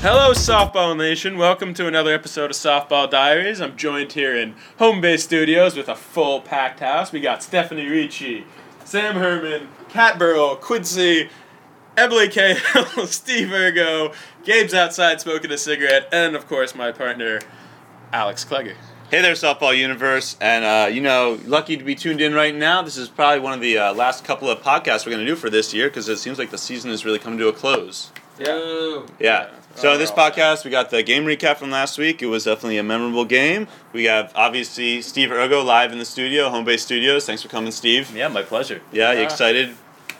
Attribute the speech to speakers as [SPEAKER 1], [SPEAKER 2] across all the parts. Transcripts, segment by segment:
[SPEAKER 1] Hello, Softball Nation. Welcome to another episode of Softball Diaries. I'm joined here in Home Base Studios with a full packed house. We got Stephanie Ricci, Sam Herman, Kat Burrell, Quincy, Emily Cahill, Steve Ergo, Gabe's outside smoking a cigarette, and of course, my partner, Alex Klegger.
[SPEAKER 2] Hey there, softball universe, and uh, you know, lucky to be tuned in right now. This is probably one of the uh, last couple of podcasts we're going to do for this year because it seems like the season is really coming to a close.
[SPEAKER 1] Yeah.
[SPEAKER 2] Yeah.
[SPEAKER 1] Yeah.
[SPEAKER 2] So this
[SPEAKER 1] Overall.
[SPEAKER 2] podcast, we got the game recap from last week. It was definitely a memorable game. We have obviously Steve Ergo live in the studio, home base studios. Thanks for coming, Steve.
[SPEAKER 3] Yeah, my pleasure.
[SPEAKER 2] Yeah, you
[SPEAKER 1] Yeah.
[SPEAKER 2] excited?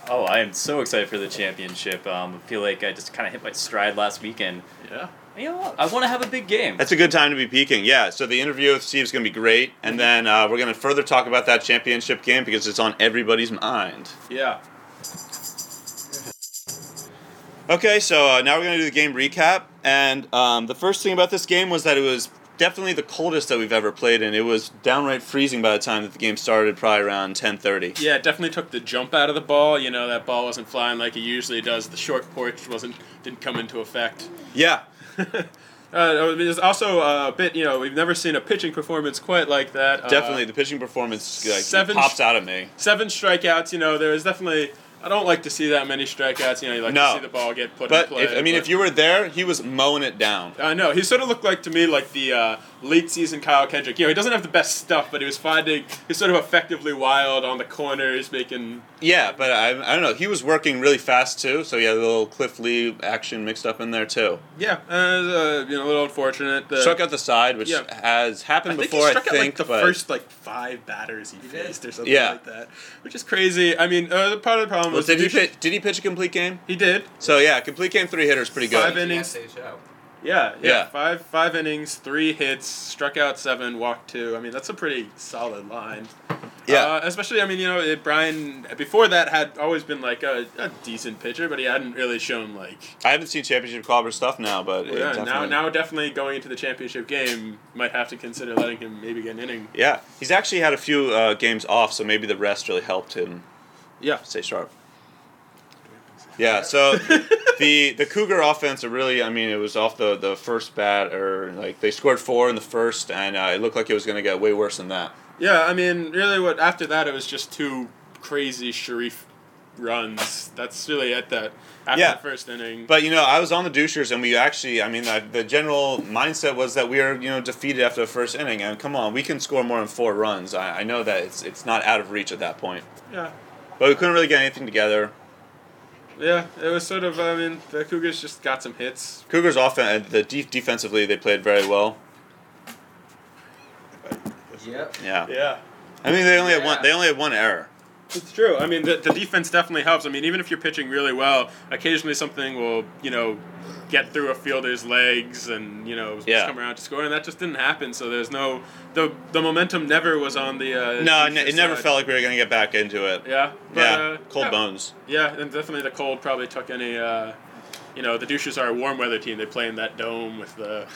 [SPEAKER 3] Oh, I am so excited for the championship. Um, I feel like I just kind of hit my stride last weekend.
[SPEAKER 1] Yeah.
[SPEAKER 3] You know, what? I want to have a big game.
[SPEAKER 2] That's a good time to be peaking. Yeah. So the interview with Steve's going to be great,
[SPEAKER 1] Mm-hmm.
[SPEAKER 2] and then uh, we're going to further talk about that championship game because it's on everybody's mind.
[SPEAKER 1] Yeah.
[SPEAKER 2] Okay, so uh, now we're going to do the game recap. And um, the first thing about this game was that it was definitely the coldest that we've ever played, and it was downright freezing by the time that the game started, probably around 10.30.
[SPEAKER 1] Yeah, it definitely took the jump out of the ball. You know, that ball wasn't flying like it usually does. The short porch wasn't didn't come into effect.
[SPEAKER 2] Yeah.
[SPEAKER 1] Uh, there's also a bit, you know, we've never seen a pitching performance quite like that. Uh,
[SPEAKER 2] Definitely, the pitching performance like,
[SPEAKER 1] seven
[SPEAKER 2] pops
[SPEAKER 1] sh-
[SPEAKER 2] out at me.
[SPEAKER 1] seven strikeouts, you know, there was definitely. I don't like to see that many strikeouts. You know, you like
[SPEAKER 2] No.
[SPEAKER 1] to see the ball get put in
[SPEAKER 2] But
[SPEAKER 1] play.
[SPEAKER 2] if, I mean,
[SPEAKER 1] but-
[SPEAKER 2] if you were there, he was mowing it down.
[SPEAKER 1] I know. He sort of looked like to me like the uh, late season Kyle Kendrick. You know, he doesn't have the best stuff, but he was finding he's sort of effectively wild on the corners, making
[SPEAKER 2] Yeah, but I, I don't know. He was working really fast too, so he had a little Cliff Lee action mixed up in there too.
[SPEAKER 1] yeah, uh, uh, you know, a little unfortunate. The,
[SPEAKER 2] struck out the side, which
[SPEAKER 1] Uh, Yeah.
[SPEAKER 2] has happened
[SPEAKER 1] I think
[SPEAKER 2] before.
[SPEAKER 1] he struck
[SPEAKER 2] I think
[SPEAKER 1] out like the
[SPEAKER 2] but
[SPEAKER 1] first like five batters he faced or something
[SPEAKER 2] Yeah.
[SPEAKER 1] like that, which is crazy. I mean, uh, part of the problem
[SPEAKER 2] Well,
[SPEAKER 1] was
[SPEAKER 2] did he
[SPEAKER 1] he,
[SPEAKER 2] pitch? Did he pitch a complete game?
[SPEAKER 1] he did
[SPEAKER 2] So yeah, complete game three hitters pretty good.
[SPEAKER 1] Five innings. Yeah, yeah,
[SPEAKER 2] Yeah.
[SPEAKER 1] Five five innings, three hits, struck out seven, walked two. I mean, that's a pretty solid line.
[SPEAKER 2] Yeah.
[SPEAKER 1] Uh, especially, I mean, you know, it, Brian before that had always been like a, a decent pitcher, but he hadn't really shown like.
[SPEAKER 2] I haven't seen championship caliber stuff now, but it
[SPEAKER 1] Yeah, now
[SPEAKER 2] definitely-
[SPEAKER 1] now definitely going into the championship game, might have to consider letting him maybe get an inning.
[SPEAKER 2] yeah, he's actually had a few uh, games off, so maybe the rest really helped him
[SPEAKER 1] Yeah.
[SPEAKER 2] stay sharp. Yeah, so the the Cougar offense are really, I mean, it was off the, the first bat, or like they scored four in the first, and uh, it looked like it was going to get way worse than that.
[SPEAKER 1] Yeah, I mean, really, what after that it was just two crazy Sharif runs. That's really at that after
[SPEAKER 2] Yeah.
[SPEAKER 1] the first inning.
[SPEAKER 2] But you know, I was on the douchers, and we actually, I mean, the, the general mindset was that we are, you know, defeated after the first inning, and come on, we can score more than four runs. I, I know that it's it's not out of reach at that point,
[SPEAKER 1] yeah.
[SPEAKER 2] but we couldn't really get anything together.
[SPEAKER 1] Yeah, it was sort of. I mean, the Cougars just got some hits.
[SPEAKER 2] Cougars offense, the def- defensively, they played very well.
[SPEAKER 4] Yep.
[SPEAKER 2] Yeah.
[SPEAKER 1] Yeah,
[SPEAKER 2] I mean, they only had one.
[SPEAKER 4] Yeah.
[SPEAKER 2] They only had one error.
[SPEAKER 1] it's true. I mean, the, the defense definitely helps. I mean, even if you're pitching really well, occasionally something will, you know, get through a fielder's legs and you know
[SPEAKER 2] Yeah.
[SPEAKER 1] come around to score, and that just didn't happen. So there's no the the momentum never was on the. Uh,
[SPEAKER 2] No, it,
[SPEAKER 1] Hoosier
[SPEAKER 2] it never
[SPEAKER 1] side.
[SPEAKER 2] felt like we were gonna get back into it.
[SPEAKER 1] Yeah, but,
[SPEAKER 2] Yeah,
[SPEAKER 1] uh,
[SPEAKER 2] cold
[SPEAKER 1] yeah.
[SPEAKER 2] bones.
[SPEAKER 1] Yeah, and definitely the cold probably took any. Uh, you know, the douches are a warm weather team. They play in that dome with the.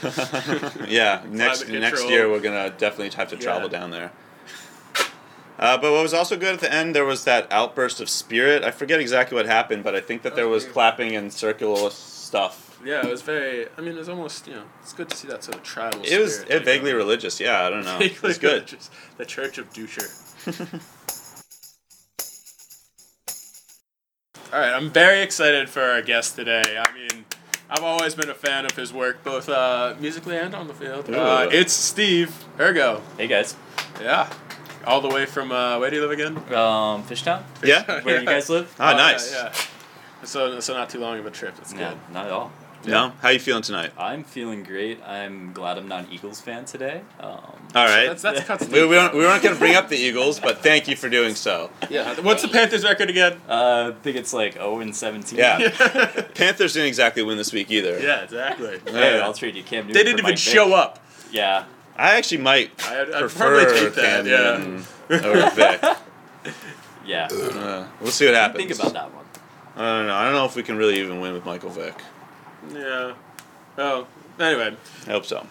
[SPEAKER 2] yeah, next
[SPEAKER 1] Climate
[SPEAKER 2] next
[SPEAKER 1] control.
[SPEAKER 2] year we're gonna definitely have to travel
[SPEAKER 1] Yeah.
[SPEAKER 2] down there. Uh, but what was also good at the end, there was that outburst of spirit. I forget exactly what happened, but I think that there was clapping and circular stuff.
[SPEAKER 1] yeah, it was very. I mean, it was almost. You know, it's good to see that sort of tribal.
[SPEAKER 2] It was
[SPEAKER 1] spirit,
[SPEAKER 2] it
[SPEAKER 1] you know?
[SPEAKER 2] vaguely religious. Yeah, I don't know. It was
[SPEAKER 1] It's
[SPEAKER 2] good.
[SPEAKER 1] The Church of Doucher. All right, I'm very excited for our guest today. I mean, I've always been a fan of his work, both uh, musically and on the field. Uh,
[SPEAKER 2] Ooh.
[SPEAKER 1] it's Steve Ergo.
[SPEAKER 3] hey guys,
[SPEAKER 1] Yeah. All the way from, uh, where do you live again?
[SPEAKER 3] um, Fishtown,
[SPEAKER 2] Yeah.
[SPEAKER 3] where you guys live?
[SPEAKER 2] Ah,
[SPEAKER 1] Oh,
[SPEAKER 2] nice.
[SPEAKER 1] Yeah, yeah. So, so not too long of a trip. That's
[SPEAKER 3] No,
[SPEAKER 1] good.
[SPEAKER 3] not at all.
[SPEAKER 2] No, how you feeling tonight?
[SPEAKER 3] I'm feeling great. I'm glad I'm not an Eagles fan today. Um,
[SPEAKER 2] All right.
[SPEAKER 1] That's, that's cuts
[SPEAKER 2] we,
[SPEAKER 1] deep.
[SPEAKER 2] we, weren't, we weren't going to bring up the Eagles, but thank you for doing so.
[SPEAKER 1] Yeah. What's the Panthers record again?
[SPEAKER 3] uh, I think it's like 0 and 17.
[SPEAKER 2] Yeah.
[SPEAKER 1] yeah,
[SPEAKER 2] Panthers didn't exactly win this week either.
[SPEAKER 1] exactly.
[SPEAKER 3] Hey, I'll trade you Cam Newton.
[SPEAKER 1] They didn't even show up.
[SPEAKER 3] up. Yeah.
[SPEAKER 2] I actually might
[SPEAKER 1] I'd- I'd
[SPEAKER 2] prefer
[SPEAKER 1] probably take that,
[SPEAKER 2] Cam Newton over Vic.
[SPEAKER 3] Yeah.
[SPEAKER 2] Uh, we'll see what happens.
[SPEAKER 3] Think about that one.
[SPEAKER 2] I don't know. I don't know if we can really even win with Michael Vick.
[SPEAKER 1] Yeah. Oh, anyway,
[SPEAKER 2] I hope so.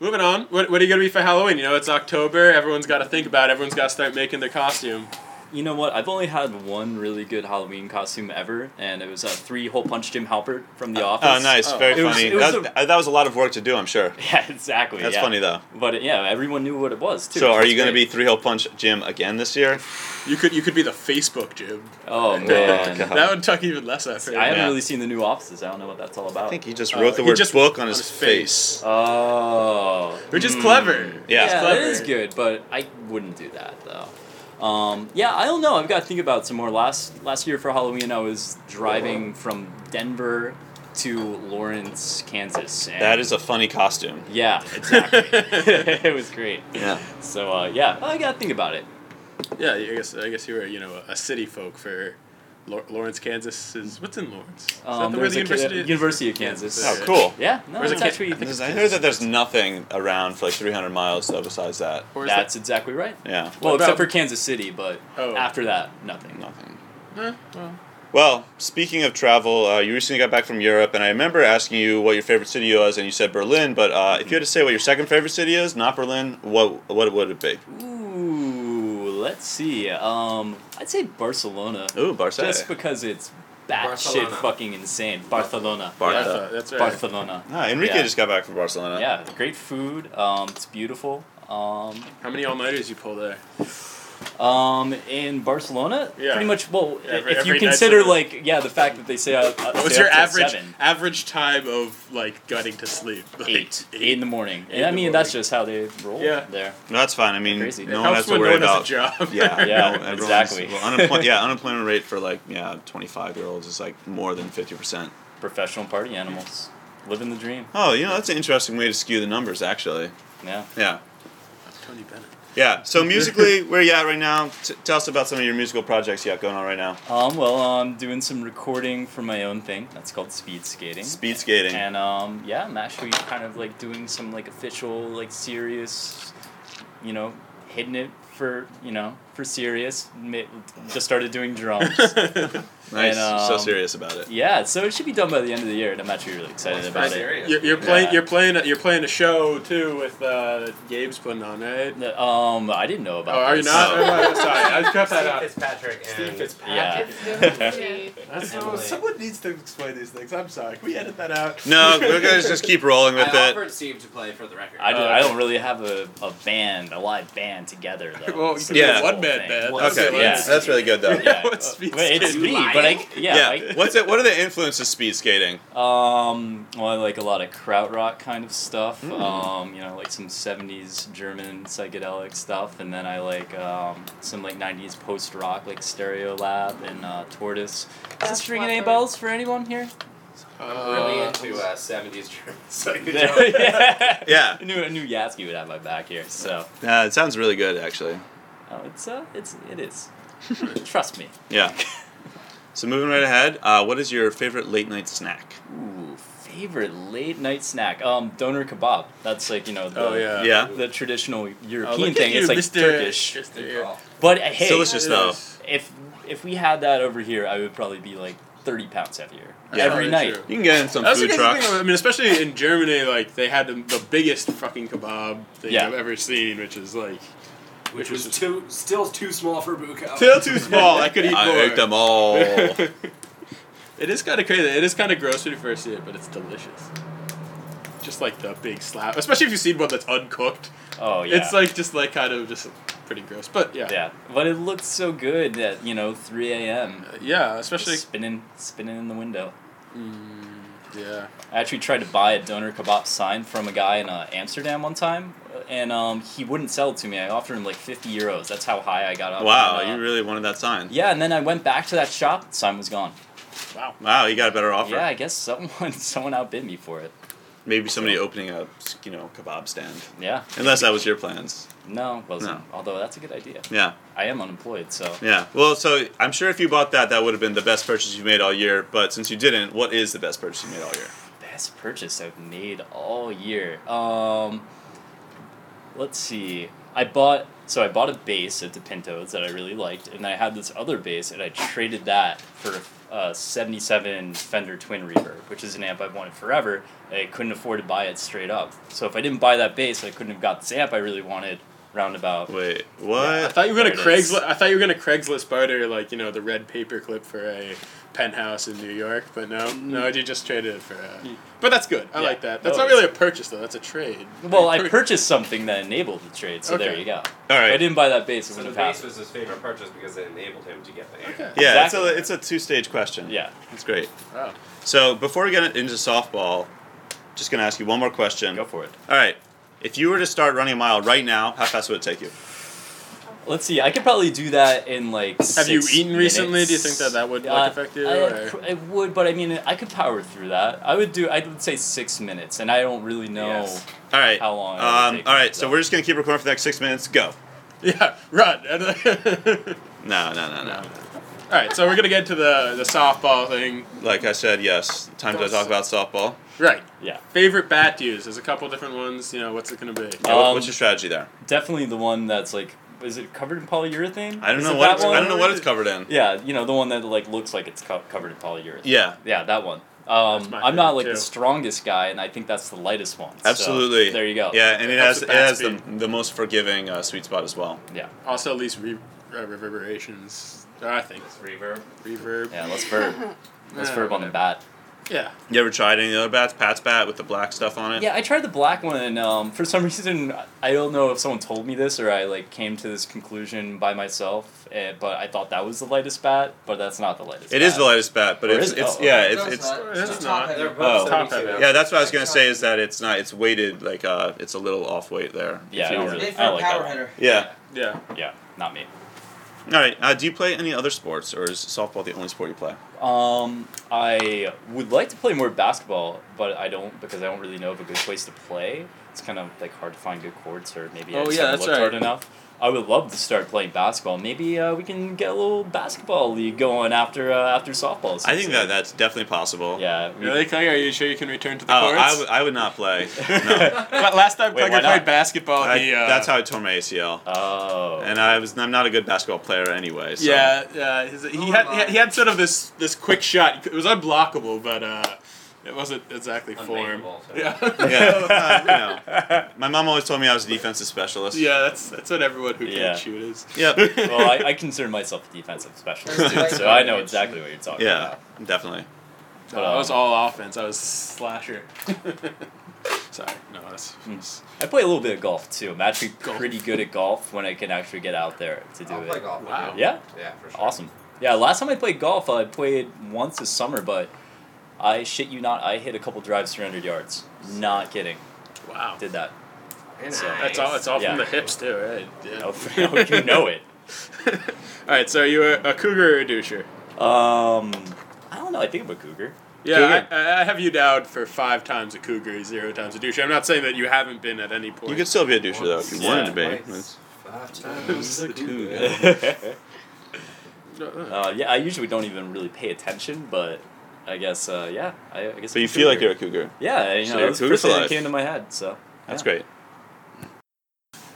[SPEAKER 1] moving on. What, what are you going to be for Halloween? You know, it's October. Everyone's got to think about it. Everyone's got to start making their costume.
[SPEAKER 3] you know what? I've only had one really good Halloween costume ever, and it was a three hole punch Jim Halpert from The Office.
[SPEAKER 2] Oh, nice.
[SPEAKER 1] Oh.
[SPEAKER 2] Very
[SPEAKER 3] It was-
[SPEAKER 2] funny.
[SPEAKER 3] it was
[SPEAKER 2] that, uh, that was a lot of work to do, I'm sure.
[SPEAKER 3] Yeah, exactly.
[SPEAKER 2] That's
[SPEAKER 3] yeah.
[SPEAKER 2] funny, though.
[SPEAKER 3] But yeah, everyone knew what it was too.
[SPEAKER 2] so,
[SPEAKER 3] which
[SPEAKER 2] are
[SPEAKER 3] was
[SPEAKER 2] you going to be
[SPEAKER 3] great.
[SPEAKER 2] three hole punch Jim again this year?
[SPEAKER 1] You could you could be the Facebook Jim.
[SPEAKER 3] Oh
[SPEAKER 2] God.
[SPEAKER 3] man,
[SPEAKER 1] That would tuck even less effort.
[SPEAKER 3] I haven't
[SPEAKER 2] Yeah.
[SPEAKER 3] really seen the new offices. I don't know what that's all about.
[SPEAKER 2] I think he just
[SPEAKER 1] Uh,
[SPEAKER 2] wrote the
[SPEAKER 1] he
[SPEAKER 2] word
[SPEAKER 1] just-
[SPEAKER 2] book on his, face.
[SPEAKER 3] oh,
[SPEAKER 1] Which is
[SPEAKER 3] Hmm.
[SPEAKER 1] clever.
[SPEAKER 2] Yeah.
[SPEAKER 1] It's
[SPEAKER 3] yeah,
[SPEAKER 1] clever.
[SPEAKER 3] it is good, but I wouldn't do that though. Um, yeah, I don't know. I've got to think about it some more. Last last year for Halloween, I was driving from Denver to Lawrence, Kansas. And
[SPEAKER 2] That is a funny costume.
[SPEAKER 3] yeah, exactly. it was great.
[SPEAKER 2] Yeah.
[SPEAKER 3] So uh, yeah, I got to think about it.
[SPEAKER 1] Yeah, I guess I guess you were you know a city folk for Law- Lawrence, Kansas. Is what's in Lawrence? Is that
[SPEAKER 3] Um,
[SPEAKER 1] the, where
[SPEAKER 3] there's
[SPEAKER 1] the
[SPEAKER 3] a ca-
[SPEAKER 1] university? is?
[SPEAKER 3] University of Kansas.
[SPEAKER 2] Oh, cool.
[SPEAKER 3] Yeah, no,
[SPEAKER 1] Where's
[SPEAKER 3] that's
[SPEAKER 1] it ca-
[SPEAKER 3] actually
[SPEAKER 2] There's- I heard that there's nothing around for like 300 miles though besides that.
[SPEAKER 1] Or is
[SPEAKER 3] that's exactly right.
[SPEAKER 2] Yeah.
[SPEAKER 3] Well,
[SPEAKER 1] What
[SPEAKER 3] except
[SPEAKER 1] about-
[SPEAKER 3] for Kansas City, but
[SPEAKER 1] Oh.
[SPEAKER 3] after that, nothing.
[SPEAKER 2] Nothing.
[SPEAKER 1] that- eh, well,
[SPEAKER 2] Well, speaking of travel, uh, you recently got back from Europe, and I remember asking you what your favorite city was, and you said Berlin. But uh, if you had to say what your second favorite city is, not Berlin, what what would it be?
[SPEAKER 3] Ooh, let's see. Um, I'd say Barcelona.
[SPEAKER 2] Ooh, Barcelona.
[SPEAKER 3] Just because it's batshit
[SPEAKER 4] Barcelona.
[SPEAKER 3] fucking insane. Barcelona.
[SPEAKER 2] Bartha.
[SPEAKER 1] that's, uh, that's right.
[SPEAKER 3] Barcelona.
[SPEAKER 2] Ah, Enrique
[SPEAKER 3] Yeah.
[SPEAKER 2] just got back from Barcelona.
[SPEAKER 3] Yeah, great food. Um, it's beautiful. Um,
[SPEAKER 1] How many all nighters you pull there?
[SPEAKER 3] um, in Barcelona,
[SPEAKER 1] Yeah.
[SPEAKER 3] pretty much. Well,
[SPEAKER 1] Yeah, every-
[SPEAKER 3] if you
[SPEAKER 1] every night's
[SPEAKER 3] consider
[SPEAKER 1] a-
[SPEAKER 3] like yeah, the fact that they say uh, uh,
[SPEAKER 1] What was
[SPEAKER 3] stay
[SPEAKER 1] your
[SPEAKER 3] up till
[SPEAKER 1] average
[SPEAKER 3] seven.
[SPEAKER 1] average time of like gutting to sleep? Like,
[SPEAKER 3] Eight. Eight in the morning.
[SPEAKER 1] Eight
[SPEAKER 3] and I
[SPEAKER 1] in the
[SPEAKER 3] mean, that's
[SPEAKER 1] morning.
[SPEAKER 3] just how they roll
[SPEAKER 1] Yeah.
[SPEAKER 3] there.
[SPEAKER 2] No, that's fine. I mean,
[SPEAKER 3] Crazy. It
[SPEAKER 2] no one
[SPEAKER 1] Helps
[SPEAKER 2] has to
[SPEAKER 1] when
[SPEAKER 2] worry
[SPEAKER 1] no one
[SPEAKER 2] about.
[SPEAKER 1] has a job.
[SPEAKER 2] Yeah,
[SPEAKER 3] Yeah,
[SPEAKER 2] no, everyone's-
[SPEAKER 3] exactly.
[SPEAKER 2] Well, unemployment, yeah, unemployment rate for like yeah, twenty five year olds is like more than fifty percent.
[SPEAKER 3] Professional party animals. Living the dream.
[SPEAKER 2] Oh, you know that's an interesting way to skew the numbers, actually.
[SPEAKER 3] Yeah.
[SPEAKER 2] Yeah,
[SPEAKER 1] Tony Bennett.
[SPEAKER 2] yeah. So musically, where you at right now? T- tell us about some of your musical projects you got going on right now.
[SPEAKER 3] Um, well, I'm doing some recording for my own thing. That's called speed skating.
[SPEAKER 2] Speed skating.
[SPEAKER 3] And um, yeah, I'm actually kind of like doing some like official, like serious, you know, hitting it for you know for serious. Ma- Just started doing drums.
[SPEAKER 2] nice.
[SPEAKER 3] and,
[SPEAKER 2] so
[SPEAKER 3] um,
[SPEAKER 2] serious about it.
[SPEAKER 3] yeah, so it should be done by the end of the year, and I'm actually really excited about it.
[SPEAKER 1] You're, you're playing.
[SPEAKER 3] Yeah.
[SPEAKER 1] You're playing. You're playing a show too with uh, Gabe's putting on, right?
[SPEAKER 3] The- Um, I didn't know about.
[SPEAKER 1] Oh, are you
[SPEAKER 3] this.
[SPEAKER 1] not?
[SPEAKER 2] Oh.
[SPEAKER 1] Oh, sorry, I cut that
[SPEAKER 4] Steve
[SPEAKER 1] out.
[SPEAKER 4] Fitzpatrick
[SPEAKER 1] Steve
[SPEAKER 4] and
[SPEAKER 3] Yeah.
[SPEAKER 1] Fitzpatrick. That's
[SPEAKER 4] so- Emily. someone
[SPEAKER 1] needs to explain these things. I'm sorry. Can we edit that out?
[SPEAKER 2] No, we're gonna just keep rolling with
[SPEAKER 4] I
[SPEAKER 2] it.
[SPEAKER 4] offered Steve to play for the record.
[SPEAKER 3] I, do,
[SPEAKER 1] Oh,
[SPEAKER 3] I
[SPEAKER 1] okay.
[SPEAKER 3] don't really have a, a band, a live band together though.
[SPEAKER 1] Well, you
[SPEAKER 3] It's
[SPEAKER 1] could
[SPEAKER 3] the
[SPEAKER 1] be a
[SPEAKER 2] Yeah.
[SPEAKER 3] whole
[SPEAKER 1] one-man
[SPEAKER 3] thing.
[SPEAKER 1] band.
[SPEAKER 3] Well,
[SPEAKER 2] Okay,
[SPEAKER 1] Okay,
[SPEAKER 2] yeah,
[SPEAKER 3] yeah.
[SPEAKER 2] that's really good though.
[SPEAKER 3] yeah.
[SPEAKER 1] What's speed
[SPEAKER 3] Wait, it's
[SPEAKER 1] skating?
[SPEAKER 3] me,
[SPEAKER 4] You
[SPEAKER 3] but I
[SPEAKER 4] lying?
[SPEAKER 3] yeah,
[SPEAKER 2] Yeah.
[SPEAKER 3] I-
[SPEAKER 2] What's it? What are the influences of speed skating?
[SPEAKER 3] Um, well, I like a lot of krautrock kind of stuff.
[SPEAKER 1] Hmm.
[SPEAKER 3] Um, you know, like some '70s German psychedelic stuff, and then I like um, some like '90s post rock, like Stereo Lab and uh, Tortoise. Is this
[SPEAKER 5] That's
[SPEAKER 3] ringing any
[SPEAKER 5] lovely.
[SPEAKER 3] bells for anyone here?
[SPEAKER 4] I'm really into uh, 70s German psychedelic.
[SPEAKER 3] yeah.
[SPEAKER 2] Yeah.
[SPEAKER 3] I knew I knew Yatsky would have my back here, so
[SPEAKER 2] Uh, it sounds really good, actually.
[SPEAKER 3] oh, it's uh, it's it is. Trust me.
[SPEAKER 2] Yeah. So moving right ahead, uh, what is your favorite late night snack?
[SPEAKER 3] Ooh, favorite late night snack. Um, doner kebab. That's like you know the
[SPEAKER 1] Oh yeah.
[SPEAKER 2] Yeah.
[SPEAKER 3] the traditional
[SPEAKER 1] Oh,
[SPEAKER 3] European
[SPEAKER 1] look at
[SPEAKER 3] thing.
[SPEAKER 1] you,
[SPEAKER 3] it's like
[SPEAKER 1] Mr.
[SPEAKER 3] Turkish.
[SPEAKER 1] Mr. Ear.
[SPEAKER 3] But uh, hey,
[SPEAKER 2] So let's just- though.
[SPEAKER 3] if if we had that over here, I would probably be like thirty pounds heavier
[SPEAKER 2] Yeah.
[SPEAKER 3] every
[SPEAKER 1] Oh,
[SPEAKER 3] night.
[SPEAKER 1] true.
[SPEAKER 2] You can get in some
[SPEAKER 1] That's the
[SPEAKER 2] food
[SPEAKER 1] crazy
[SPEAKER 2] trucks.
[SPEAKER 1] thing. I mean, especially in Germany, like they had the, the biggest fucking kebab thing
[SPEAKER 3] Yeah.
[SPEAKER 1] I've ever seen, which is like
[SPEAKER 4] Which was too, still too small for Buko.
[SPEAKER 1] still too small. I could eat
[SPEAKER 2] I
[SPEAKER 1] more.
[SPEAKER 2] ate them all.
[SPEAKER 1] It is kind of crazy. It is kind of gross when you first see it, but it's delicious. Just like the big slab, especially if you see one that's uncooked.
[SPEAKER 3] Oh yeah,
[SPEAKER 1] It's like just like kind of just pretty gross, but yeah,
[SPEAKER 3] yeah, but it looks so good at you know three a.m.
[SPEAKER 1] Yeah,
[SPEAKER 3] Just
[SPEAKER 1] especially
[SPEAKER 3] spinning spinning in the window.
[SPEAKER 1] yeah.
[SPEAKER 3] I actually tried to buy a doner kebab sign from a guy in uh, Amsterdam one time, and um, he wouldn't sell it to me. I offered him like fifty euros. That's how high I got up.
[SPEAKER 2] wow,
[SPEAKER 3] and, uh,
[SPEAKER 2] you really wanted that sign.
[SPEAKER 3] yeah, and then I went back to that shop. Sign was gone.
[SPEAKER 1] Wow.
[SPEAKER 2] Wow, you got a better offer.
[SPEAKER 3] Yeah, I guess someone someone outbid me for it.
[SPEAKER 2] Maybe somebody opening a you know kebab stand.
[SPEAKER 3] Yeah,
[SPEAKER 2] Unless that was your plans.
[SPEAKER 3] no, wasn't. Although that's a good idea.
[SPEAKER 2] Yeah,
[SPEAKER 3] I am unemployed, so
[SPEAKER 2] yeah. Well, so I'm sure if you bought that, that would have been the best purchase you made all year. But since you didn't, what is the best purchase you made all year?
[SPEAKER 3] best purchase I've made all year. Um, let's see. I bought so I bought a bass at DePinto's that I really liked, and I had this other bass, and I traded that for a '77 Fender Twin Reverb, which is an amp I've wanted forever. and I couldn't afford to buy it straight up, so if I didn't buy that bass, I couldn't have got this amp I really wanted. roundabout.
[SPEAKER 2] Wait,
[SPEAKER 1] I
[SPEAKER 2] what?
[SPEAKER 1] thought you were gonna
[SPEAKER 3] There it is.
[SPEAKER 1] Craigslist. I thought you were gonna Craigslist barter like you know the red paperclip for a penthouse in New York, but no, no, you just traded it for. A, but that's good. I
[SPEAKER 3] Mm. Yeah.
[SPEAKER 1] like that. That's
[SPEAKER 3] No,
[SPEAKER 1] not really a purchase though. That's a trade.
[SPEAKER 3] Well, I
[SPEAKER 1] Pur-
[SPEAKER 3] purchased something that enabled the trade, so there
[SPEAKER 1] Okay.
[SPEAKER 3] you go.
[SPEAKER 2] All
[SPEAKER 3] If I
[SPEAKER 2] right.
[SPEAKER 3] didn't buy that base, it
[SPEAKER 4] So the
[SPEAKER 3] wouldn't
[SPEAKER 4] base
[SPEAKER 3] have happened.
[SPEAKER 4] was his favorite purchase because it enabled him to get the
[SPEAKER 1] Okay.
[SPEAKER 4] air.
[SPEAKER 2] Yeah,
[SPEAKER 3] Exactly.
[SPEAKER 2] it's a it's a two stage question.
[SPEAKER 3] Yeah.
[SPEAKER 2] it's great.
[SPEAKER 1] Wow.
[SPEAKER 2] So before we get into softball, just gonna ask you one more question.
[SPEAKER 3] Go for it.
[SPEAKER 2] All right, if you were to start running a mile right now, how fast would it take you?
[SPEAKER 3] Let's see. I could probably do that in like.
[SPEAKER 1] Have you
[SPEAKER 3] six
[SPEAKER 1] eaten recently? Do you
[SPEAKER 3] minutes.
[SPEAKER 1] think that that would, like, affect you,
[SPEAKER 3] I,
[SPEAKER 1] or-
[SPEAKER 3] pr- it would, but I mean, I could power through that. I would do. I would say six minutes, and I don't really know.
[SPEAKER 4] Yes.
[SPEAKER 2] All right.
[SPEAKER 3] How long it would
[SPEAKER 2] Um,
[SPEAKER 3] take
[SPEAKER 2] all
[SPEAKER 3] me,
[SPEAKER 2] right, so
[SPEAKER 3] so.
[SPEAKER 2] we're just gonna keep recording for the next six minutes. Go.
[SPEAKER 1] Yeah. Run.
[SPEAKER 2] No, no, no, no.
[SPEAKER 1] All right, so we're gonna get to the the softball thing.
[SPEAKER 2] Like I said, yes. Time to
[SPEAKER 4] Don't
[SPEAKER 2] talk about softball.
[SPEAKER 1] Right.
[SPEAKER 3] Yeah.
[SPEAKER 1] Favorite bat to use? There's a couple different ones. You know, what's it gonna be?
[SPEAKER 2] Yeah, what-
[SPEAKER 3] Um,
[SPEAKER 2] what's your strategy there?
[SPEAKER 3] Definitely the one that's like. Is it covered in polyurethane?
[SPEAKER 2] I don't
[SPEAKER 3] Is
[SPEAKER 2] know
[SPEAKER 3] it
[SPEAKER 2] what
[SPEAKER 3] that
[SPEAKER 2] it's,
[SPEAKER 3] one?
[SPEAKER 2] I don't know what it's covered in.
[SPEAKER 3] Yeah, you know the one that like looks like it's co- covered in polyurethane.
[SPEAKER 2] Yeah,
[SPEAKER 3] Yeah, that one.
[SPEAKER 1] That's
[SPEAKER 3] Um,
[SPEAKER 1] my
[SPEAKER 3] I'm not
[SPEAKER 1] favorite,
[SPEAKER 3] like
[SPEAKER 1] too.
[SPEAKER 3] the strongest guy, and I think that's the lightest one. so
[SPEAKER 2] absolutely.
[SPEAKER 3] there you go.
[SPEAKER 2] Yeah, and it,
[SPEAKER 1] It helps
[SPEAKER 2] has it
[SPEAKER 1] with bat
[SPEAKER 2] has the,
[SPEAKER 1] speed.
[SPEAKER 2] the most forgiving uh, sweet spot as well.
[SPEAKER 3] Yeah.
[SPEAKER 1] Also, at least re- uh, reverberations. Or I think
[SPEAKER 4] It's reverb.
[SPEAKER 1] reverb.
[SPEAKER 3] Yeah. Let's verb. Let's
[SPEAKER 1] Yeah,
[SPEAKER 3] verb on the bat.
[SPEAKER 1] Yeah.
[SPEAKER 2] You ever tried any of the other bats? Pat's bat with the black stuff on it.
[SPEAKER 3] Yeah, I tried the black one, and um, for some reason, I don't know if someone told me this or I like came to this conclusion by myself. eh, but I thought that was the lightest bat, but that's not the lightest.
[SPEAKER 2] It is
[SPEAKER 3] bat.
[SPEAKER 2] the lightest bat, but
[SPEAKER 3] Or
[SPEAKER 2] it's
[SPEAKER 3] is it?
[SPEAKER 2] it's
[SPEAKER 3] Oh,
[SPEAKER 2] yeah
[SPEAKER 5] No,
[SPEAKER 2] it's it's.
[SPEAKER 5] not.
[SPEAKER 1] it's
[SPEAKER 5] It's
[SPEAKER 1] not.
[SPEAKER 5] top heavy.
[SPEAKER 4] They're both
[SPEAKER 2] Oh.
[SPEAKER 1] Top
[SPEAKER 4] 72.
[SPEAKER 1] heavy.
[SPEAKER 2] Yeah, that's what I was gonna say. Is that it's not. It's weighted like uh, it's a little off weight there.
[SPEAKER 3] Yeah, I don't really-
[SPEAKER 5] Made for
[SPEAKER 3] I
[SPEAKER 5] a
[SPEAKER 3] like that
[SPEAKER 5] power
[SPEAKER 3] one.
[SPEAKER 5] hitter.
[SPEAKER 2] Yeah.
[SPEAKER 1] Yeah.
[SPEAKER 3] Yeah, not me.
[SPEAKER 2] All right. Uh, do you play any other sports, or is softball the only sport you play?
[SPEAKER 3] Um, I would like to play more basketball, but I don't because I don't really know of a good place to play. It's kind of like hard to find good courts, or maybe
[SPEAKER 1] Oh,
[SPEAKER 3] I just
[SPEAKER 1] yeah,
[SPEAKER 3] haven't
[SPEAKER 1] that's
[SPEAKER 3] looked hard
[SPEAKER 1] right.
[SPEAKER 3] enough. I would love to start playing basketball. Maybe uh, we can get a little basketball league going after uh, after softball.
[SPEAKER 2] I think
[SPEAKER 3] season.
[SPEAKER 2] that that's definitely possible.
[SPEAKER 3] yeah, we-
[SPEAKER 1] Really, Clay? Are you sure you can return to the
[SPEAKER 2] Oh,
[SPEAKER 1] courts?
[SPEAKER 2] I, w- I would not play. No.
[SPEAKER 1] But last time
[SPEAKER 3] Wait,
[SPEAKER 1] Clay
[SPEAKER 3] why
[SPEAKER 1] played
[SPEAKER 3] not?
[SPEAKER 1] basketball,
[SPEAKER 2] I-
[SPEAKER 1] he. Uh,
[SPEAKER 2] that's how I tore my ACL.
[SPEAKER 3] Oh,
[SPEAKER 2] And I was I'm not a good basketball player anyway. So.
[SPEAKER 1] Yeah, yeah. His, he
[SPEAKER 5] Who
[SPEAKER 1] had
[SPEAKER 5] am
[SPEAKER 1] he had-
[SPEAKER 5] I?
[SPEAKER 1] he had sort of this this quick shot. It was unblockable, but uh, it wasn't exactly form.
[SPEAKER 4] Unbankable, so.
[SPEAKER 1] Yeah.
[SPEAKER 2] Yeah, uh, you know. My mom always told me I was a defensive specialist.
[SPEAKER 1] Yeah, that's that's what everyone who can't
[SPEAKER 3] Yeah.
[SPEAKER 1] shoot is.
[SPEAKER 2] Yep.
[SPEAKER 3] well, I, I consider myself a defensive
[SPEAKER 5] There's two
[SPEAKER 3] specialist,
[SPEAKER 5] ways
[SPEAKER 3] so
[SPEAKER 5] to
[SPEAKER 3] I know
[SPEAKER 5] manage.
[SPEAKER 3] exactly what you're talking
[SPEAKER 2] Yeah.
[SPEAKER 3] about.
[SPEAKER 2] Definitely.
[SPEAKER 1] No, I was all offense. I was slasher. Sorry, no, that's
[SPEAKER 3] Hmm. I play a little bit of golf too. I'm actually
[SPEAKER 1] Golf.
[SPEAKER 3] pretty good at golf when I can actually get out there to do
[SPEAKER 4] I'll
[SPEAKER 3] it.
[SPEAKER 4] play golf. with
[SPEAKER 1] Wow.
[SPEAKER 4] you.
[SPEAKER 3] Yeah,
[SPEAKER 4] Yeah, for sure.
[SPEAKER 3] awesome. Yeah, last time I played golf, I played once this summer, but I shit you not, I hit a couple drives 300 yards. Not kidding.
[SPEAKER 1] wow.
[SPEAKER 3] Did that.
[SPEAKER 4] Very
[SPEAKER 3] So-
[SPEAKER 4] nice.
[SPEAKER 1] That's all. It's all
[SPEAKER 3] Yeah.
[SPEAKER 1] from the hips too, right?
[SPEAKER 3] Oh, you know it.
[SPEAKER 1] all right, so you a, a cougar or a doucher?
[SPEAKER 3] Um, I don't know. I think I'm a cougar.
[SPEAKER 1] Yeah, I, I- I have you down for five times a cougar, zero times a doucher. I'm not saying that you haven't been at any point.
[SPEAKER 2] You could still be a doucher though if you
[SPEAKER 3] Yeah.
[SPEAKER 2] wanted to be.
[SPEAKER 4] Twice.
[SPEAKER 2] That's-
[SPEAKER 4] Five times.
[SPEAKER 3] uh,
[SPEAKER 1] Uh,
[SPEAKER 3] yeah, I usually don't even really pay attention, but I guess uh, yeah. I, I guess.
[SPEAKER 2] But
[SPEAKER 3] I'm
[SPEAKER 2] you
[SPEAKER 3] a
[SPEAKER 2] feel like
[SPEAKER 3] cougar.
[SPEAKER 2] you're a cougar.
[SPEAKER 3] Yeah, you
[SPEAKER 2] So
[SPEAKER 3] know,
[SPEAKER 2] you're
[SPEAKER 3] that was the
[SPEAKER 2] cougar
[SPEAKER 3] first
[SPEAKER 2] for
[SPEAKER 3] thing that
[SPEAKER 2] life.
[SPEAKER 3] came to my head. So
[SPEAKER 2] That's
[SPEAKER 3] yeah.
[SPEAKER 2] great.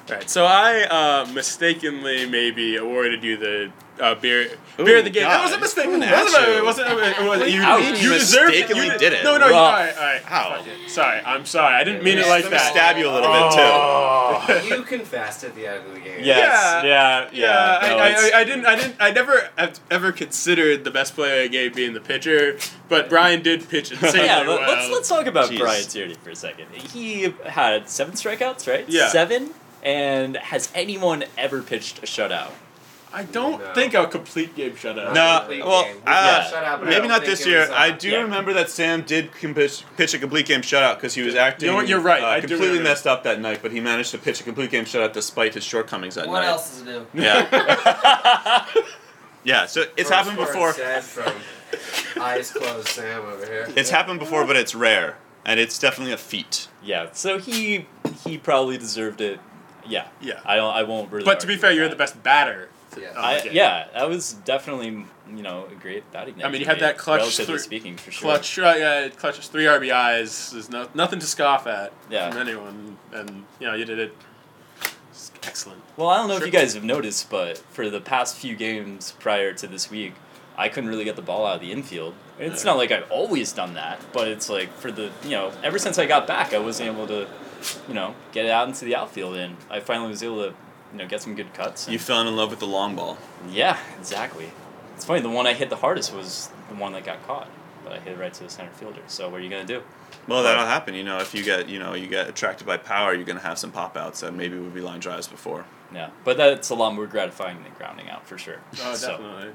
[SPEAKER 1] all right, so I uh, mistakenly maybe awarded you the uh, beer
[SPEAKER 2] Ooh,
[SPEAKER 1] beer of the game.
[SPEAKER 2] God.
[SPEAKER 1] That was a mistake.
[SPEAKER 2] Ooh,
[SPEAKER 1] It wasn't.
[SPEAKER 2] that's
[SPEAKER 1] It wasn't. It wasn't. You,
[SPEAKER 3] Ouch.
[SPEAKER 1] you deserved. it.
[SPEAKER 2] Mistakenly
[SPEAKER 1] You
[SPEAKER 2] did it.
[SPEAKER 1] No, no. you-
[SPEAKER 3] Rough.
[SPEAKER 1] All right, all right.
[SPEAKER 2] How?
[SPEAKER 1] Sorry, I'm sorry. I didn't mean it like
[SPEAKER 2] Let me
[SPEAKER 1] that.
[SPEAKER 2] stab you a little bit too.
[SPEAKER 1] Oh.
[SPEAKER 4] You confessed at the end of the game.
[SPEAKER 3] Yes, yeah, yeah.
[SPEAKER 1] Yeah,
[SPEAKER 3] no,
[SPEAKER 1] I,
[SPEAKER 3] it's-
[SPEAKER 1] I, I, I didn't, I didn't, I never have ever considered the best player I gave being the pitcher, but Brian did pitch insanely
[SPEAKER 3] yeah,
[SPEAKER 1] well.
[SPEAKER 3] but let's let's talk about
[SPEAKER 2] Jeez.
[SPEAKER 3] Brian Tierney for a second. He had seven strikeouts, right?
[SPEAKER 1] Yeah.
[SPEAKER 3] Seven. And has anyone ever pitched a shutout?
[SPEAKER 1] I don't
[SPEAKER 4] No.
[SPEAKER 1] think I'll complete game shutout.
[SPEAKER 2] No,
[SPEAKER 4] Complete
[SPEAKER 2] well,
[SPEAKER 4] game.
[SPEAKER 2] uh,
[SPEAKER 4] Shut up, but I
[SPEAKER 2] Maybe
[SPEAKER 4] don't
[SPEAKER 2] not
[SPEAKER 4] think
[SPEAKER 2] this
[SPEAKER 4] it
[SPEAKER 2] year.
[SPEAKER 4] was, uh,
[SPEAKER 2] I do
[SPEAKER 3] yeah.
[SPEAKER 2] remember that Sam did com- pitch, pitch a complete game shutout because he was acting.
[SPEAKER 1] You know what, you're right.
[SPEAKER 2] uh,
[SPEAKER 1] I do
[SPEAKER 2] completely
[SPEAKER 1] remember.
[SPEAKER 2] messed up that night, but he managed to pitch a complete game shutout despite his shortcomings that
[SPEAKER 5] What
[SPEAKER 2] night.
[SPEAKER 5] else is new?
[SPEAKER 2] Yeah, yeah. So it's
[SPEAKER 4] First
[SPEAKER 2] happened
[SPEAKER 4] word
[SPEAKER 2] before.
[SPEAKER 4] Said from eyes closed, Sam over here.
[SPEAKER 2] It's happened before, but it's rare, and it's definitely a feat.
[SPEAKER 3] yeah, so he he probably deserved it. Yeah.
[SPEAKER 1] Yeah.
[SPEAKER 3] I don't I won't really
[SPEAKER 1] but to be
[SPEAKER 3] argue
[SPEAKER 1] fair,
[SPEAKER 3] with
[SPEAKER 1] you're
[SPEAKER 3] that.
[SPEAKER 1] the best batter.
[SPEAKER 4] Yes.
[SPEAKER 1] Oh,
[SPEAKER 3] I,
[SPEAKER 1] okay.
[SPEAKER 3] Yeah, that was definitely you know a great batting.
[SPEAKER 1] I mean, you
[SPEAKER 3] he
[SPEAKER 1] had
[SPEAKER 3] made,
[SPEAKER 1] that clutch
[SPEAKER 3] Relatively
[SPEAKER 1] three-
[SPEAKER 3] speaking, for sure.
[SPEAKER 1] Clutch, uh, yeah, clutches three RBIs. There's no, nothing to scoff at
[SPEAKER 3] Yeah.
[SPEAKER 1] from anyone, and you know you did it. It's Excellent.
[SPEAKER 3] Well, I don't know
[SPEAKER 1] Sure.
[SPEAKER 3] if you guys have noticed, but for the past few games prior to this week, I couldn't really get the ball out of the infield. It's not like I've always done that, but it's like for the you know ever since I got back, I wasn't able to, you know, get it out into the outfield, and I finally was able to you know get some good cuts. and-
[SPEAKER 2] You fell in love with the long ball.
[SPEAKER 3] yeah, exactly. It's funny. The one I hit the hardest was the one that got caught, but I hit it right to the center fielder. So what are you gonna do?
[SPEAKER 2] Well, that'll happen. You know, if you get you know you get attracted by power, you're gonna have some pop outs that maybe would be line drives before.
[SPEAKER 3] Yeah, but that's a lot more gratifying than grounding out for sure.
[SPEAKER 1] Oh,
[SPEAKER 3] So,
[SPEAKER 1] definitely.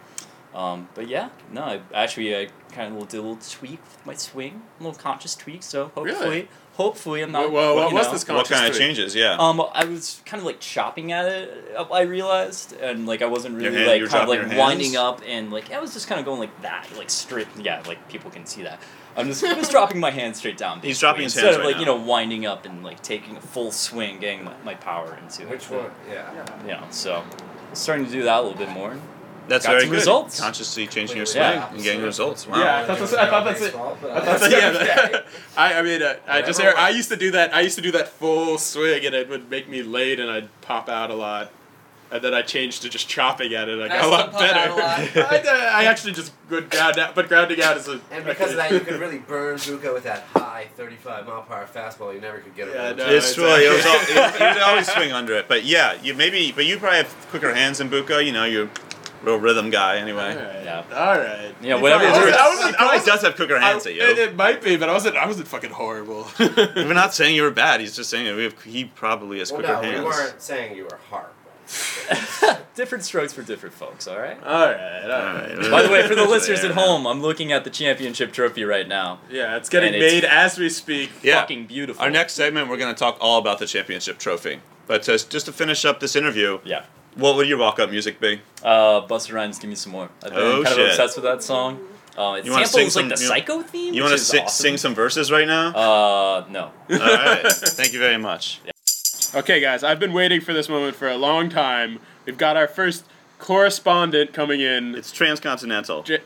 [SPEAKER 3] um, but yeah, no, I, actually, I kind of did a little tweak with my swing, a little conscious tweak. So hopefully,
[SPEAKER 1] Really?
[SPEAKER 3] hopefully, I'm not.
[SPEAKER 1] Well, what
[SPEAKER 3] you
[SPEAKER 1] was
[SPEAKER 3] know,
[SPEAKER 1] this
[SPEAKER 2] What
[SPEAKER 1] Conscious
[SPEAKER 2] kind of
[SPEAKER 1] three.
[SPEAKER 2] changes? Yeah.
[SPEAKER 3] Um, I was kind of like chopping at it. uh, I realized, and like I wasn't
[SPEAKER 2] Your
[SPEAKER 3] really
[SPEAKER 2] hand- you
[SPEAKER 3] like
[SPEAKER 2] were
[SPEAKER 3] kind of
[SPEAKER 2] chopping
[SPEAKER 3] like
[SPEAKER 2] your hands?
[SPEAKER 3] winding up, and like I was just kind of going like that, like straight. Yeah, like people can see that. I'm just, I'm just dropping my hand straight down.
[SPEAKER 2] He's
[SPEAKER 3] basically,
[SPEAKER 2] dropping his
[SPEAKER 3] instead
[SPEAKER 2] hands
[SPEAKER 3] of
[SPEAKER 2] right
[SPEAKER 3] like you know winding up and like taking a full swing, getting my, my power into it.
[SPEAKER 4] Which one? Yeah.
[SPEAKER 3] You know, so starting to do that a little bit more.
[SPEAKER 2] That's
[SPEAKER 3] got
[SPEAKER 2] very
[SPEAKER 3] some
[SPEAKER 2] good.
[SPEAKER 3] results.
[SPEAKER 2] Consciously changing your swing
[SPEAKER 3] Completely
[SPEAKER 2] and getting
[SPEAKER 4] opposite.
[SPEAKER 2] results. Wow.
[SPEAKER 1] Yeah, I thought that's, I thought that's it.
[SPEAKER 4] Baseball, but
[SPEAKER 1] I thought
[SPEAKER 4] I-
[SPEAKER 1] that- yeah, that- I, I mean, uh, I just
[SPEAKER 4] Whatever
[SPEAKER 1] I
[SPEAKER 4] works.
[SPEAKER 1] used to do that. I used to do that full swing, and it would make me late, and I'd pop out a lot. And then I changed to just chopping at it. I got
[SPEAKER 5] I
[SPEAKER 1] a
[SPEAKER 5] still
[SPEAKER 1] lot
[SPEAKER 5] pop out
[SPEAKER 1] better.
[SPEAKER 5] a
[SPEAKER 1] I, I actually just would ground out, but grounding out is a.
[SPEAKER 4] And because of that, you could really burn Zuka with that high 35 mile per hour fastball you never could get
[SPEAKER 1] Yeah,
[SPEAKER 4] around.
[SPEAKER 1] no.
[SPEAKER 2] It's
[SPEAKER 1] exactly.
[SPEAKER 2] true. It was all, you'd always swing under it, but yeah, you maybe, but you probably have quicker hands than Buka. You know, you're a real rhythm guy
[SPEAKER 1] All
[SPEAKER 2] anyway.
[SPEAKER 1] right.
[SPEAKER 3] Yeah.
[SPEAKER 1] All right.
[SPEAKER 3] Yeah,
[SPEAKER 1] He
[SPEAKER 3] whatever
[SPEAKER 1] probably- I wasn't- I wasn't-
[SPEAKER 2] He probably- he
[SPEAKER 1] I
[SPEAKER 2] probably
[SPEAKER 1] wasn't-
[SPEAKER 2] does have quicker hands
[SPEAKER 1] I-
[SPEAKER 2] at
[SPEAKER 1] It,
[SPEAKER 2] you.
[SPEAKER 1] it might be, but I wasn't. I wasn't fucking horrible.
[SPEAKER 2] We're not saying you were bad. He's just saying that we have, he probably has
[SPEAKER 4] Well,
[SPEAKER 2] quicker
[SPEAKER 4] no,
[SPEAKER 2] hands.
[SPEAKER 4] we weren't saying you were horrible.
[SPEAKER 3] different strokes for different folks. All right.
[SPEAKER 1] all right. All
[SPEAKER 2] All
[SPEAKER 1] right.
[SPEAKER 2] right.
[SPEAKER 3] By the way, for the listeners
[SPEAKER 2] There.
[SPEAKER 3] at home, I'm looking at the championship trophy right now.
[SPEAKER 1] Yeah, it's getting
[SPEAKER 3] And it's-
[SPEAKER 1] made as we speak.
[SPEAKER 2] Yeah.
[SPEAKER 3] Fucking beautiful.
[SPEAKER 2] Our next segment, we're going to talk all about the championship trophy. But to, just to finish up this interview,
[SPEAKER 3] Yeah.
[SPEAKER 2] what would your walk-up music be?
[SPEAKER 3] Uh, Busta Rhymes, give me some more. I've been
[SPEAKER 2] Oh,
[SPEAKER 3] kind
[SPEAKER 2] shit.
[SPEAKER 3] of obsessed with that song. Uh, it
[SPEAKER 2] You wanna
[SPEAKER 3] samples
[SPEAKER 2] sing
[SPEAKER 3] like
[SPEAKER 2] some-
[SPEAKER 3] the
[SPEAKER 2] you-
[SPEAKER 3] Psycho theme.
[SPEAKER 2] You
[SPEAKER 3] want to
[SPEAKER 2] sing, sing some verses right now?
[SPEAKER 3] Uh, no.
[SPEAKER 2] all right. Thank you very much.
[SPEAKER 1] Okay, guys, I've been waiting for this moment for a long time. We've got our first correspondent coming in.
[SPEAKER 2] It's transcontinental.
[SPEAKER 1] J-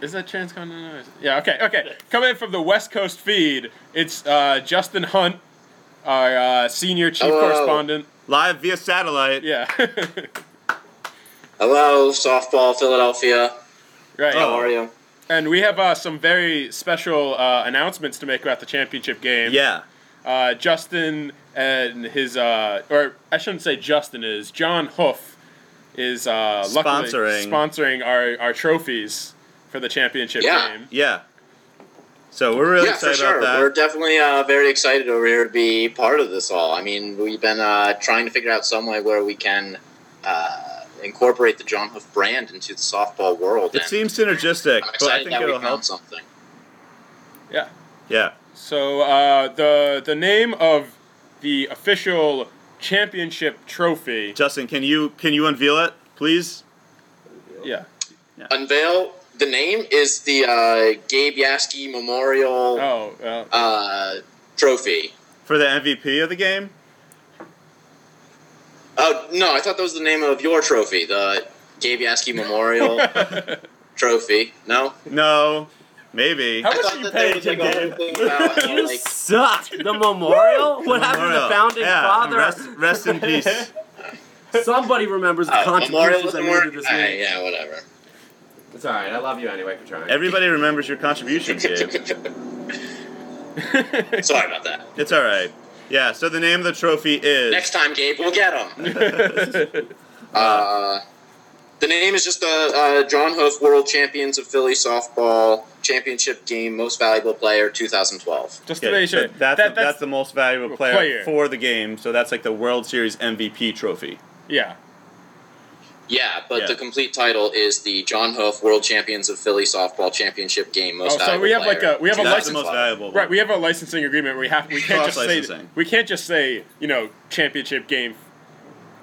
[SPEAKER 1] is that transcontinental? or is- Yeah. Okay. Okay. Coming in from the West Coast feed, it's uh, Justin Hunt, our uh, senior chief
[SPEAKER 6] Hello.
[SPEAKER 1] correspondent.
[SPEAKER 2] Live via satellite.
[SPEAKER 1] Yeah.
[SPEAKER 6] Hello, softball Philadelphia.
[SPEAKER 1] right.
[SPEAKER 6] How are you?
[SPEAKER 1] And we have uh, some very special uh, announcements to make about the championship game.
[SPEAKER 2] Yeah.
[SPEAKER 1] uh, Justin and his, uh, or I shouldn't say Justin is John Hoof is uh, luckily
[SPEAKER 2] Sponsoring.
[SPEAKER 1] sponsoring our, our trophies for the championship
[SPEAKER 6] Yeah.
[SPEAKER 1] game.
[SPEAKER 2] Yeah. So we're really
[SPEAKER 6] yeah, for
[SPEAKER 2] excited
[SPEAKER 6] sure.
[SPEAKER 2] about that.
[SPEAKER 6] We're definitely uh, very excited over here to be part of this all. I mean, we've been uh, trying to figure out some way where we can uh, incorporate the John Hoof brand into the softball world.
[SPEAKER 2] it
[SPEAKER 6] and
[SPEAKER 2] seems synergistic,
[SPEAKER 6] I'm
[SPEAKER 2] but I
[SPEAKER 6] excited
[SPEAKER 2] think
[SPEAKER 6] that we
[SPEAKER 2] it'll
[SPEAKER 6] found
[SPEAKER 2] help.
[SPEAKER 6] something.
[SPEAKER 1] Yeah.
[SPEAKER 2] Yeah.
[SPEAKER 1] So uh, the the name of the official championship trophy.
[SPEAKER 2] Justin, can you can you unveil it, please?
[SPEAKER 1] Yeah.
[SPEAKER 6] Unveil the name is the uh, Gabe Yaski Memorial
[SPEAKER 1] Oh. Uh,
[SPEAKER 6] uh, Trophy.
[SPEAKER 2] For the MVP of the game?
[SPEAKER 6] Oh no, I thought that was the name of your trophy, the Gabe Yaski Memorial Trophy. No.
[SPEAKER 2] No. Maybe.
[SPEAKER 1] How
[SPEAKER 6] I
[SPEAKER 1] much
[SPEAKER 6] thought
[SPEAKER 1] are you
[SPEAKER 6] that they
[SPEAKER 1] paying
[SPEAKER 6] would
[SPEAKER 1] to
[SPEAKER 6] take all the things out and,
[SPEAKER 5] You
[SPEAKER 6] like,
[SPEAKER 5] suck. The memorial? what happened to
[SPEAKER 2] Memorial.
[SPEAKER 5] the founding
[SPEAKER 2] yeah,
[SPEAKER 5] father?
[SPEAKER 2] Rest, rest in peace.
[SPEAKER 5] Somebody remembers the
[SPEAKER 6] oh, memorial
[SPEAKER 5] contributions I
[SPEAKER 6] doesn't
[SPEAKER 5] made
[SPEAKER 6] work.
[SPEAKER 5] to this
[SPEAKER 6] Ah,
[SPEAKER 5] league.
[SPEAKER 6] yeah, whatever.
[SPEAKER 4] It's alright, I love you anyway for trying.
[SPEAKER 2] Everybody remembers your contributions, Gabe.
[SPEAKER 6] Sorry about that.
[SPEAKER 2] It's all right. Yeah. So the name of the trophy is
[SPEAKER 6] Next time, Gabe, we'll get him.
[SPEAKER 1] game?
[SPEAKER 6] Uh, the name is just the uh, John Hoof World Champions of Philly Softball Championship Game Most Valuable Player 2012.
[SPEAKER 1] Just to
[SPEAKER 2] Okay,
[SPEAKER 1] make sure
[SPEAKER 2] but that's,
[SPEAKER 1] that-
[SPEAKER 2] the, that's the most valuable player,
[SPEAKER 1] Player.
[SPEAKER 2] for the game. So that's like the World Series MVP trophy.
[SPEAKER 1] yeah.
[SPEAKER 6] Yeah, but
[SPEAKER 2] Yeah.
[SPEAKER 6] the complete title is the John Hoof World Champions of Philly Softball Championship Game Most
[SPEAKER 1] Oh, so
[SPEAKER 6] Valuable
[SPEAKER 1] we have, like,
[SPEAKER 6] Player
[SPEAKER 1] a- we have a
[SPEAKER 2] That's the
[SPEAKER 1] license
[SPEAKER 2] most valuable.
[SPEAKER 1] Right, we have a licensing agreement. Where we have we can't just say
[SPEAKER 2] Cross-licensing.
[SPEAKER 1] we can't just say you know championship game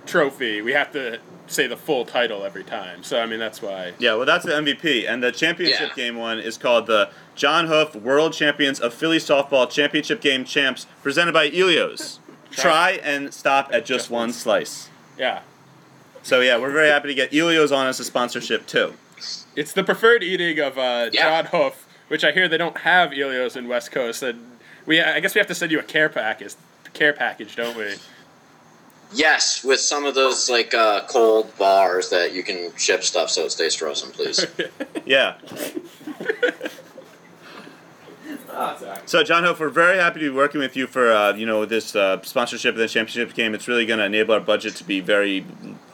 [SPEAKER 1] trophy. We have to say the full title every time. So I mean that's why.
[SPEAKER 2] yeah. Well, that's the MVP, and the championship
[SPEAKER 6] Yeah.
[SPEAKER 2] game one is called the John Hoof World Champions of Philly Softball Championship Game Champs, presented by Elios. Try and stop at just one slice.
[SPEAKER 1] Yeah,
[SPEAKER 2] So yeah, we're very happy to get Elios on as a sponsorship too.
[SPEAKER 1] it's the preferred eating of uh,
[SPEAKER 6] Yeah.
[SPEAKER 1] John Hoof, which I hear they don't have Elios in West Coast. And we I guess we have to send you a care package, care package, don't we?
[SPEAKER 6] Yes, with some of those like uh, cold bars that you can ship stuff so it stays frozen, please.
[SPEAKER 2] Yeah.
[SPEAKER 5] Oh, it's all right.
[SPEAKER 2] So, John Hope, we're very happy to be working with you for uh, you know this uh, sponsorship of the championship game. It's really going to enable our budget to be very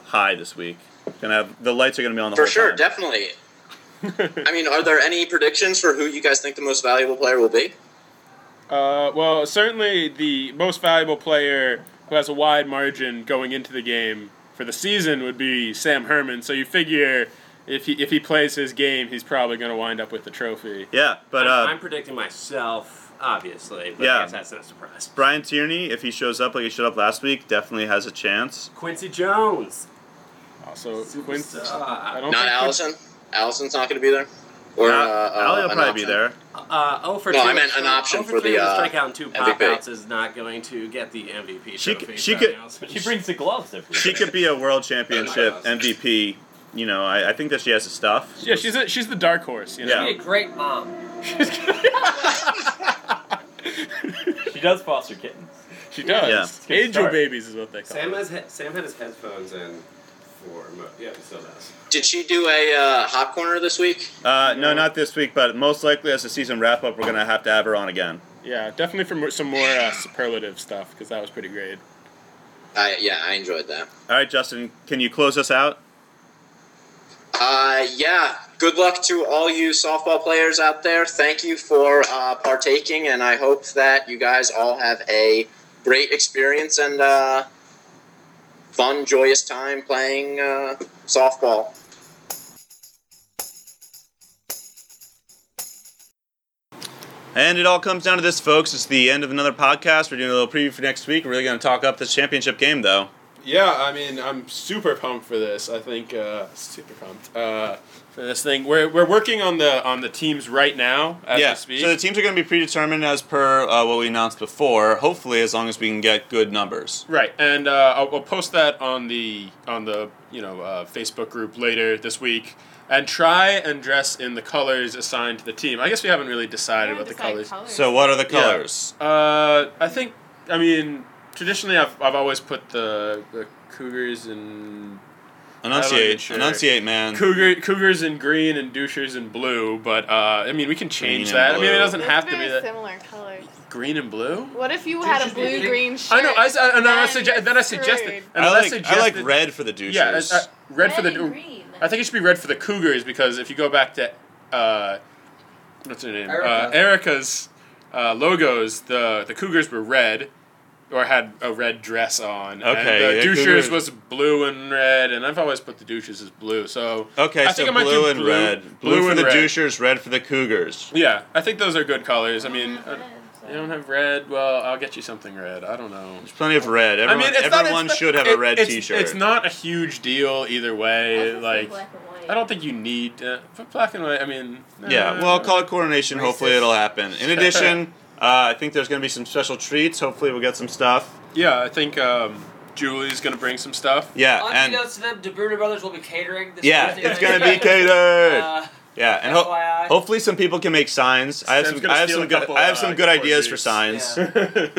[SPEAKER 2] high this week. Gonna have the lights are going to be on the
[SPEAKER 6] For
[SPEAKER 2] whole
[SPEAKER 6] sure,
[SPEAKER 2] time.
[SPEAKER 6] definitely. I mean, are there any predictions for who you guys think the most valuable player will be?
[SPEAKER 1] Uh, well, certainly the most valuable player who has a wide margin going into the game for the season would be Sam Herman. So you figure if he if he plays his game, he's probably going to wind up with the trophy.
[SPEAKER 2] Yeah, but uh,
[SPEAKER 5] I'm, I'm predicting myself, obviously. But
[SPEAKER 2] Yeah.
[SPEAKER 5] I guess that's no surprise.
[SPEAKER 2] Brian Tierney, if he shows up like he showed up last week, definitely has a chance.
[SPEAKER 5] Quincy Jones.
[SPEAKER 1] Also, Quincy. I
[SPEAKER 5] Superstar.
[SPEAKER 1] don't
[SPEAKER 6] Not
[SPEAKER 1] think
[SPEAKER 6] Allison. Allison's not going to be there. Or
[SPEAKER 2] Uh,
[SPEAKER 6] uh, uh,
[SPEAKER 2] Ali will
[SPEAKER 6] an
[SPEAKER 2] probably be
[SPEAKER 6] option?
[SPEAKER 2] there.
[SPEAKER 5] Uh, 0 for
[SPEAKER 6] No,
[SPEAKER 5] 2
[SPEAKER 6] I meant an option
[SPEAKER 5] 0
[SPEAKER 6] for
[SPEAKER 5] 3
[SPEAKER 6] the,
[SPEAKER 5] with
[SPEAKER 6] uh,
[SPEAKER 5] strikeout and two
[SPEAKER 6] MVP.
[SPEAKER 5] pop outs is not going to get the MVP
[SPEAKER 2] She
[SPEAKER 5] trophy.
[SPEAKER 2] could- she
[SPEAKER 5] so
[SPEAKER 2] could-
[SPEAKER 5] now it's-
[SPEAKER 3] She brings the gloves every
[SPEAKER 2] She
[SPEAKER 3] day.
[SPEAKER 2] could be a world championship
[SPEAKER 5] Oh my God.
[SPEAKER 2] MVP. You know, I, I think that she has the stuff.
[SPEAKER 1] Yeah, she's a, she's the dark horse. You know?
[SPEAKER 2] Yeah.
[SPEAKER 7] Be a great mom.
[SPEAKER 3] She does foster kittens.
[SPEAKER 1] she does.
[SPEAKER 3] Yeah.
[SPEAKER 1] Angel
[SPEAKER 3] Start.
[SPEAKER 1] babies is what they call.
[SPEAKER 5] Sam
[SPEAKER 1] Them.
[SPEAKER 5] has he- Sam had his headphones in for mo- yeah, he still does.
[SPEAKER 6] Did she do a uh, hot corner this week?
[SPEAKER 2] Uh, no, not this week, but most likely as the season wrap up, we're gonna have to have her on again.
[SPEAKER 1] Yeah, definitely for more, some more uh, superlative stuff because that was pretty great.
[SPEAKER 6] I, yeah, I enjoyed that.
[SPEAKER 2] All right, Justin, can you close us out?
[SPEAKER 6] Uh, yeah, good luck to all you softball players out there. Thank you for uh, partaking, and I hope that you guys all have a great experience and uh, fun, joyous time playing uh, softball.
[SPEAKER 2] And it all comes down to this, folks. It's the end of another podcast. We're doing a little preview for next week. We're really gonna talk up this championship game, though.
[SPEAKER 1] Yeah, I mean, I'm super pumped for this. I think uh, super pumped uh, for this thing. We're, we're working on the on the teams right now as
[SPEAKER 2] yeah.
[SPEAKER 1] we speak.
[SPEAKER 2] So the teams are gonna be predetermined as per uh, what we announced before. Hopefully, as long as we can get good numbers.
[SPEAKER 1] Right, and uh, I'll, I'll post that on the on the you know uh, Facebook group later this week, and try and dress in the colors assigned to the team. I guess we haven't really decided what the colors.
[SPEAKER 2] So what are the
[SPEAKER 1] Yeah.
[SPEAKER 2] colors?
[SPEAKER 1] Uh, I think I mean traditionally I've, I've always put the, the Cougars in I'm not
[SPEAKER 2] Enunciate,
[SPEAKER 1] sure.
[SPEAKER 2] enunciate, man.
[SPEAKER 1] Cougar Cougars in green and Douchers in blue, but uh, I mean we can change
[SPEAKER 2] Green and
[SPEAKER 1] that. I mean it
[SPEAKER 2] blue.
[SPEAKER 1] doesn't
[SPEAKER 8] Those
[SPEAKER 1] have to
[SPEAKER 8] very
[SPEAKER 1] be that
[SPEAKER 8] similar colors.
[SPEAKER 1] green and blue.
[SPEAKER 8] What if you had a
[SPEAKER 7] just be
[SPEAKER 8] blue
[SPEAKER 7] pink.
[SPEAKER 8] green shirt?
[SPEAKER 1] I know. I, s- I- and then I
[SPEAKER 8] Then
[SPEAKER 1] suggested. Then I
[SPEAKER 8] you're
[SPEAKER 1] suggested.
[SPEAKER 8] screwed.
[SPEAKER 1] And then
[SPEAKER 2] I like I like
[SPEAKER 1] suggested-
[SPEAKER 2] red for the douchers.
[SPEAKER 1] Yeah, uh, uh, red, for the.
[SPEAKER 9] and green.
[SPEAKER 1] I think it should be red for the Cougars because if you go back to uh, what's her name, Uh,
[SPEAKER 7] Erica.
[SPEAKER 1] Erica's uh, logos, the the Cougars were red or had a red dress on. and
[SPEAKER 2] Okay, yeah,
[SPEAKER 1] the Douchers
[SPEAKER 2] Cougars-
[SPEAKER 1] was blue and red, and I've always put the Douchers as blue. So
[SPEAKER 2] Okay,
[SPEAKER 1] I
[SPEAKER 2] so
[SPEAKER 1] think I might
[SPEAKER 2] blue
[SPEAKER 1] do
[SPEAKER 2] and
[SPEAKER 1] blue-
[SPEAKER 2] red. Blue,
[SPEAKER 1] blue
[SPEAKER 2] for
[SPEAKER 1] and
[SPEAKER 2] the
[SPEAKER 1] red.
[SPEAKER 2] douchers, red for the cougars.
[SPEAKER 1] yeah, I think those are good colors. I mean, uh, I, you don't have red. Well, I'll get you something red. I don't know.
[SPEAKER 2] There's plenty of red.
[SPEAKER 1] I
[SPEAKER 2] Everyone,
[SPEAKER 1] mean, it's not-
[SPEAKER 2] everyone
[SPEAKER 1] it's not-
[SPEAKER 2] should have
[SPEAKER 1] it-
[SPEAKER 2] a red
[SPEAKER 1] it's-
[SPEAKER 2] T-shirt.
[SPEAKER 1] It's not a huge deal either way. Like, I don't think you need uh, but black and white. I mean, uh,
[SPEAKER 2] Yeah,
[SPEAKER 1] nah.
[SPEAKER 2] well, color coordination. Hopefully,
[SPEAKER 5] Racist.
[SPEAKER 2] it'll happen. In addition, uh, I think there's going to be some special treats. Hopefully, we'll get some stuff.
[SPEAKER 1] Yeah, I think um, Julie's gonna bring some stuff.
[SPEAKER 2] Yeah, and
[SPEAKER 7] Unbeknownst to them, De Bruno Brothers will be catering this
[SPEAKER 2] yeah,
[SPEAKER 7] Thursday
[SPEAKER 2] it's
[SPEAKER 7] night.
[SPEAKER 2] going to be catered.
[SPEAKER 7] Uh,
[SPEAKER 2] yeah, and ho-
[SPEAKER 7] FYI.
[SPEAKER 2] hopefully, some people can make signs. I have
[SPEAKER 1] Sam's
[SPEAKER 2] some.
[SPEAKER 1] gonna
[SPEAKER 2] I have
[SPEAKER 1] steal a
[SPEAKER 2] some good.
[SPEAKER 1] couple,
[SPEAKER 2] I have
[SPEAKER 1] uh,
[SPEAKER 2] some good ideas for
[SPEAKER 1] quarters.
[SPEAKER 2] signs.
[SPEAKER 7] Yeah.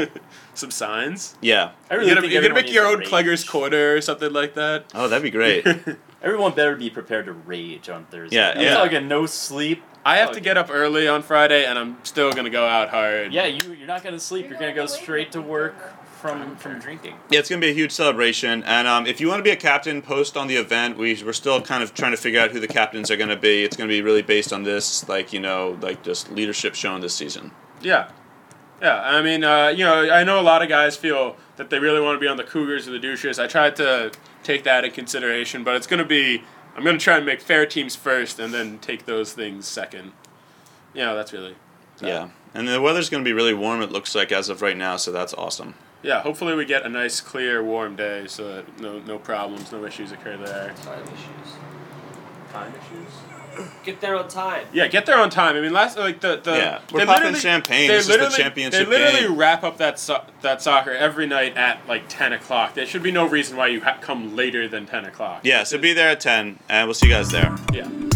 [SPEAKER 1] some signs.
[SPEAKER 2] Yeah.
[SPEAKER 3] I really
[SPEAKER 1] You're gonna,
[SPEAKER 3] think
[SPEAKER 1] you gonna
[SPEAKER 3] everyone
[SPEAKER 1] make your own
[SPEAKER 3] needs to rage.
[SPEAKER 1] Clegger's corner or something like that.
[SPEAKER 2] Oh, that'd be great.
[SPEAKER 3] Everyone better be prepared to rage on Thursday.
[SPEAKER 2] Yeah,
[SPEAKER 3] I'm
[SPEAKER 2] yeah.
[SPEAKER 3] talking no sleep.
[SPEAKER 1] I have
[SPEAKER 3] Oh,
[SPEAKER 1] to get up early on Friday, and I'm still gonna go out hard.
[SPEAKER 3] Yeah, you you're not gonna sleep. You're,
[SPEAKER 9] You're
[SPEAKER 3] gonna
[SPEAKER 9] gonna
[SPEAKER 3] go
[SPEAKER 9] be late.
[SPEAKER 3] straight to work from from drinking.
[SPEAKER 2] Yeah, it's gonna be a huge celebration, and um, if you want to be a captain, post on the event. We we're still kind of trying to figure out who the captains are gonna be. It's gonna be really based on this, like you know, like just leadership shown this season.
[SPEAKER 1] Yeah. Yeah, I mean, uh, you know, I know a lot of guys feel that they really want to be on the Cougars or the Douchers. I tried to take that in consideration, but it's going to be, I'm going to try and make fair teams first and then take those things second. You know, that's really,
[SPEAKER 2] Yeah, and the weather's gonna be really warm. It looks like as of right now, so that's awesome.
[SPEAKER 1] yeah, hopefully we get a nice, clear, warm day so that no, no problems, no issues occur there.
[SPEAKER 7] Time issues.
[SPEAKER 5] Time issues.
[SPEAKER 7] Get there on time.
[SPEAKER 1] Yeah, get there on time. I mean, last like the, the
[SPEAKER 2] Yeah, we're
[SPEAKER 1] they
[SPEAKER 2] popping
[SPEAKER 1] literally-
[SPEAKER 2] champagne.
[SPEAKER 1] they
[SPEAKER 2] This is the
[SPEAKER 1] literally-
[SPEAKER 2] championship
[SPEAKER 1] They literally
[SPEAKER 2] game.
[SPEAKER 1] wrap up that so- that soccer every night at like ten o'clock. There should be no reason why you ha- come later than ten o'clock.
[SPEAKER 2] Yeah, so be there at ten, and we'll see you guys there.
[SPEAKER 1] Yeah.